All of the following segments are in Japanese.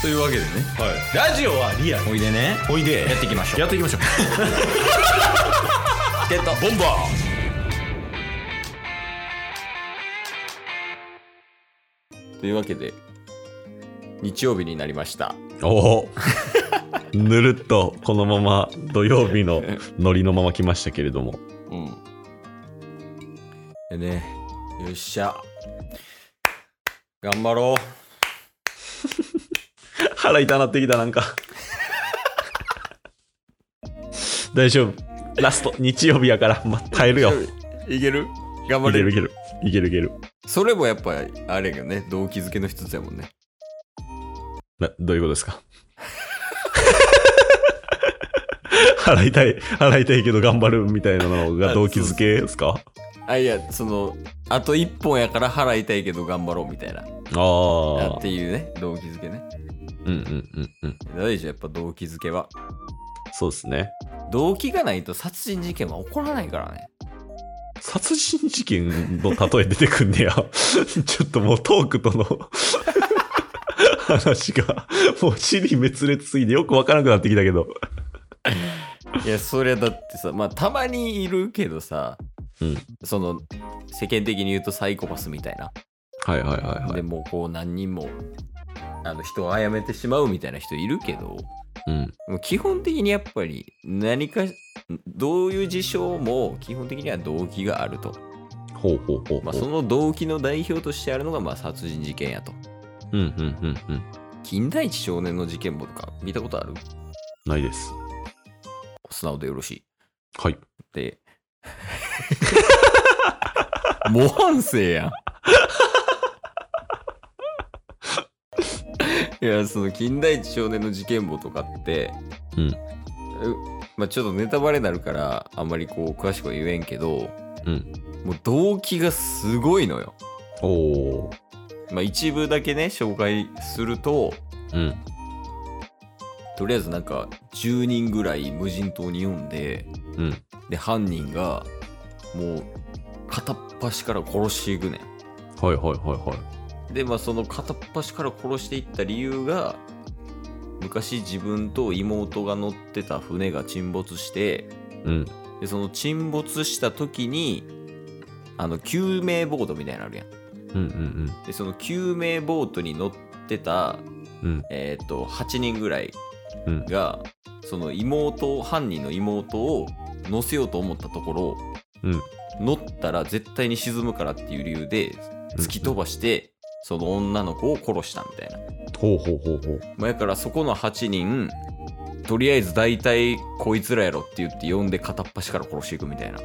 というわけでねはい、ラジオはリアルおいでねおいでやっていきましょうやっていきましょうゲットボンバというわけで日曜日になりましたーおおぬるっとこのまま土曜日のノリのまま来ましたけれどもうんでねよっしゃ頑張ろう腹痛なってきたなんか大丈夫ラスト日曜日やから、ま、耐えるよいいける頑張けれるるいけるいけるいけるそれもやっぱあれがね動機づけの一つやもんねなどういうことですか 腹痛い腹痛いけど頑張るみたいなのが動機づけですかあいやそのあと一本やから払いたいけど頑張ろうみたいなああっていうね動機づけねうんうんうんうん大事やっぱ動機づけはそうですね動機がないと殺人事件は起こらないからね殺人事件の例え出てくんねや ちょっともうトークとの 話がもう尻滅裂すぎてよくわからなくなってきたけどいやそりゃだってさまあたまにいるけどさうんその世間的に言うとサイコパスみたいな、はいはいはいはでいもうこう何人もあの人を殺めてしまうみたいな人いるけどうんもう基本的にやっぱり何かどういう事象も基本的には動機があると、ほうほうほうほう、まあ、その動機の代表としてあるのがまあ殺人事件やとうんうんうんうん金田一少年の事件簿とか見たことあるないです素直でよろしいはいで模範生や んいやその金田一少年の事件簿とかって、うんうまあ、ちょっとネタバレになるからあんまりこう詳しくは言えんけどうんもう動機がすごいのよ、おおーまあ、一部だけね紹介するとうんとりあえずなんか10人ぐらい無人島に呼んでうんで犯人がもう片っ端から殺していくねんはいはいはいはいでまあその片っ端から殺していった理由が昔自分と妹が乗ってた船が沈没してうんでその沈没した時にあの救命ボートみたいなのあるやんうんうんでその救命ボートに乗ってた、うんうんえー、と8人ぐらいうんが、その妹犯人の妹を乗せようと思ったところうん乗ったら絶対に沈むからっていう理由で突き飛ばして、その女の子を殺したみたいな。ほうほうほうほうまあ、やからそこの8人とりあえず大体こいつらやろって言って呼んで片っ端から殺していくみたいなへ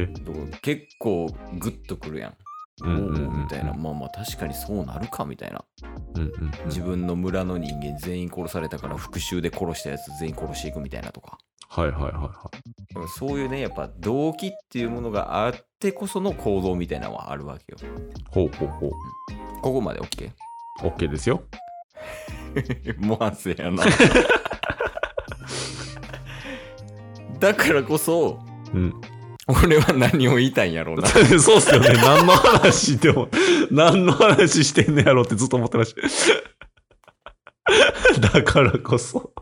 えとこ結構グッとくるやん。うんうんうんおーみたいなまあまあ確かにそうなるかみたいなうんうんうん自分の村の人間全員殺されたから復讐で殺したやつ全員殺していくみたいなとかはいはいはいはそういうねやっぱ動機っていうものがあってこその行動みたいなのはあるわけよいほうほうほうここまで OK オッケーですよ もう汗やな だからこそうん。俺は何を言いたいんやろうな そうっすよね。何の話でも、何の話してんのやろってずっと思ってました。 だからこそ。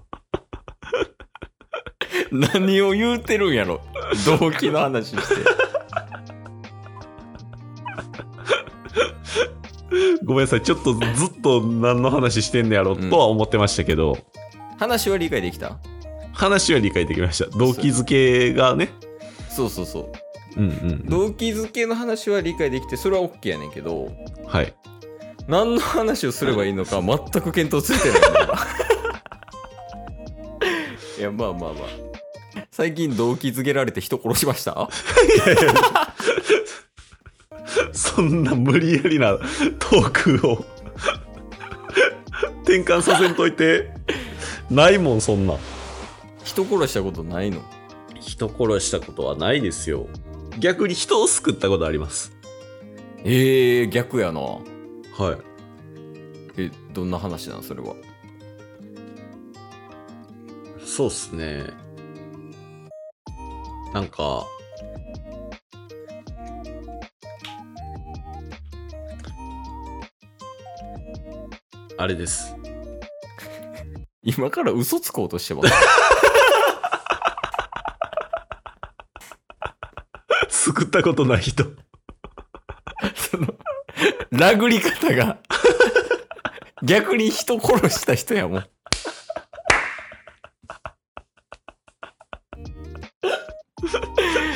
何を言うてるんやろ。動機の話して。ごめんなさい。ちょっとずっと何の話してんのやろとは思ってましたけど、話は理解できた話は理解できました。動機づけがね。そうそうそう。うんうんうん。動機づけの話は理解できて、それは OK やねんけど、はい。何の話をすればいいのか全く見当ついてないんだよな。 いや、まあまあまあ。最近動機づけられて人殺しましたそんな無理やりなトークを 転換させんといて。ないもん、そんな。人殺したことないの人殺したことはないですよ。逆に人を救ったことあります。ええー、逆やな。はい。え、どんな話なんそれは。そうっすね。なんか、 あれです。今から嘘つこうとしてます。救ったことない人。その、ラグり方が、逆に人殺した人やもん。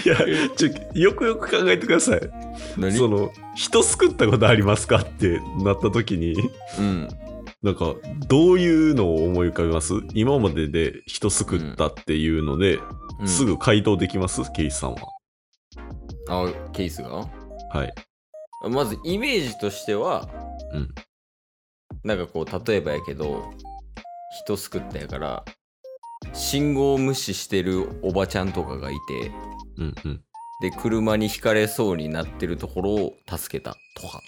い や、ちょ、よくよく考えてください。何その、人救ったことありますかってなった時に、うん。なんか、どういうのを思い浮かべます今までで人救ったっていうので、うんす。ぐ回答できますケイスさんは。あ、ケースがはい。まずイメージとしては、うんなんかこう例えばやけど人救ったやから信号を無視してるおばちゃんとかがいてうんうん。で車にひかれそうになってるところを助けたとか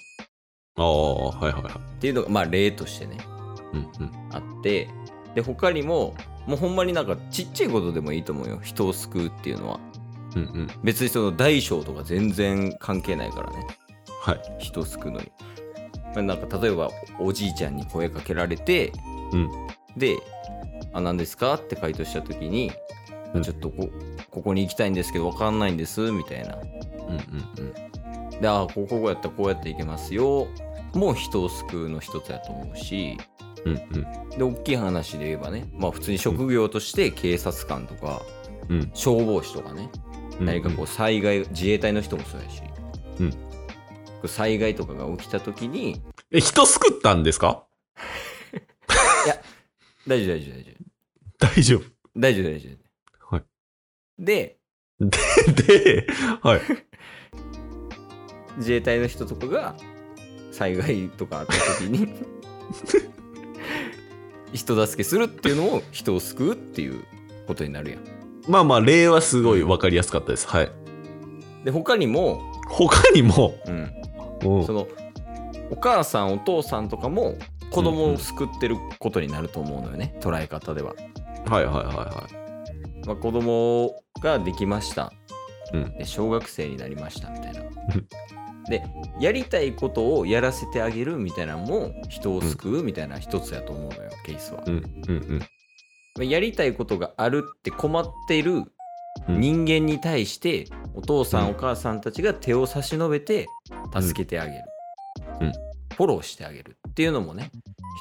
ああ、はいはいはい。っていうのがまあ例としてねうんうん。あってで他にももうほんまになんかちっちゃいことでもいいと思うよ人を救うっていうのはうんうん。別にその大小とか全然関係ないからねはい。人を救うのに。まあなんか例えばおじいちゃんに声かけられて、うんで「あ何ですか?」って回答した時に「うんちょっとこここに行きたいんですけど分かんないんです」みたいなうんう「んうん。でああこここうやったらこうやって行けますよ」もう人を救うの一つやと思うしうんうん。で大きい話で言えばねまあ普通に職業として警察官とか、うん消防士とかね何かこう災害自衛隊の人もそうやし、うんこう災害とかが起きた時にえ、人救ったんですか 大丈夫大丈夫大丈夫大大丈丈夫大丈夫。はい。で、夫。 で、はい。自衛隊の人とかが災害とかあった時に 人助けするっていうのを人を救うっていうことになるやん。まあまあ、例はすごい分かりやすかったです。はい。で、他にも、他にも、うん、うんそのお母さんお父さんとかも子供を救ってることになると思うのよね、捉え方では。はいはいはいはい。まあ、子供ができました、うんで小学生になりましたみたいなでやりたいことをやらせてあげるみたいなのも人を救うみたいな一つやと思うのよ、ケースは、まうんうんあやりたいことがあるって困っているうん人間に対して、お父さん、うおん母さんたちが手を差し伸べて助けてあげる、うんフォローしてあげるっていうのもね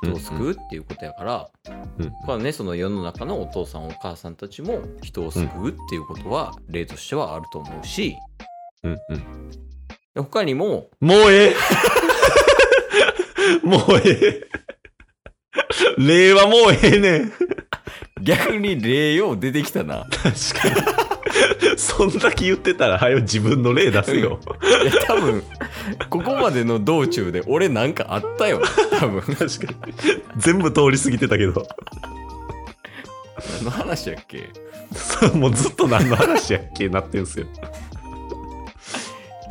人を救うっていうことやから、うん。うんだからねその世の中のお父さんお母さんたちも人を救うっていうことは例としてはあると思うし、うんうん。で他にももうえ えもうええ令和もうええねん。逆に例よう出てきたな確かに。そんだけ言ってたら、はよ自分の例出 すよ。いや多分ここまでの道中で俺なんかあったよ多 分確かに。全部通り過ぎてたけど。何 の話やっけそうもうずっと何の話やっけなってんすよ。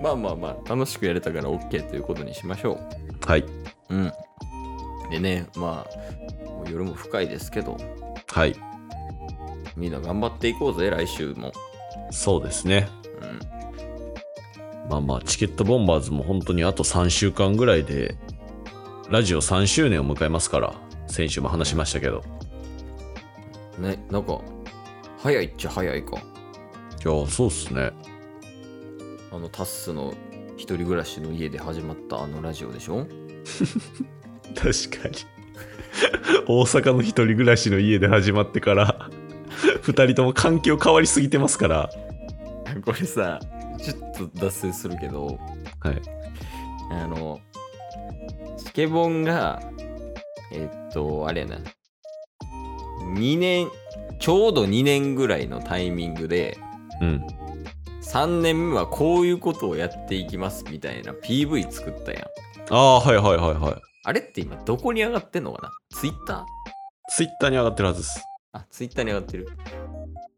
まあまあまあ楽しくやれたから OK ということにしましょはい。ううんでねまあもう夜も深いですけどはい。みんな頑張っていこうぜ来週もそうですね。うんまあまあ、チケットボンバーズも本当にあと3週間ぐらいで、ラジオ3周年を迎えますから、先週も話しましたけど。ねなんか早いっちゃ早いかいや、そうっすね。あのタッスの一人暮らしの家で始まったあのラジオでしょ確かに 大阪の一人暮らしの家で始まってから2人とも環境変わりすぎてますからこれさちょっと脱線するけどはいあのスケボンがえっとあれやな2年ちょうど2年ぐらいのタイミングでうん3年目はこういうことをやっていきますみたいな PV 作ったやんああはいはいはいはいあれって今どこに上がってんのかなツイッターツイッターに上がってるはずですあ、ツイッターに上がってる。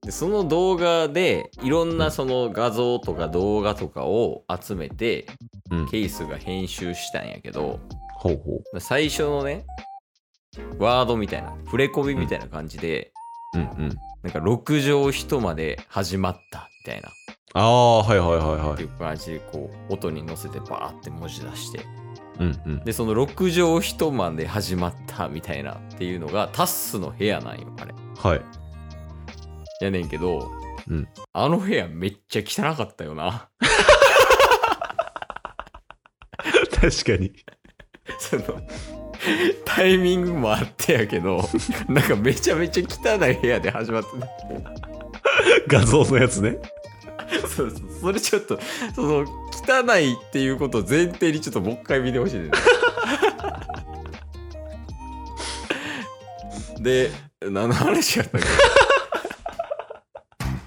で、その動画で、いろんなその画像とか動画とかを集めて、うんケースが編集したんやけど、ほうほ最初のね、ワードみたいな、触れ込みみたいな感じで、ううんうんなんか6畳一まで始まったみたいな、ああはいはいはいはっていいう感じで、こう、音に乗せてバーって文字出して、うんうん。でその6畳一間で始まったみたいなっていうのがタッスの部屋なんよあれはい。やねんけど、うんあの部屋めっちゃ汚かったよな 確かに。そのタイミングもあってやけどなんかめちゃめちゃ汚い部屋で始まってた画像のやつね。そうそうそれちょっとその汚いっていうことを前提にちょっともう一回見てほしいね で何の話やったっけ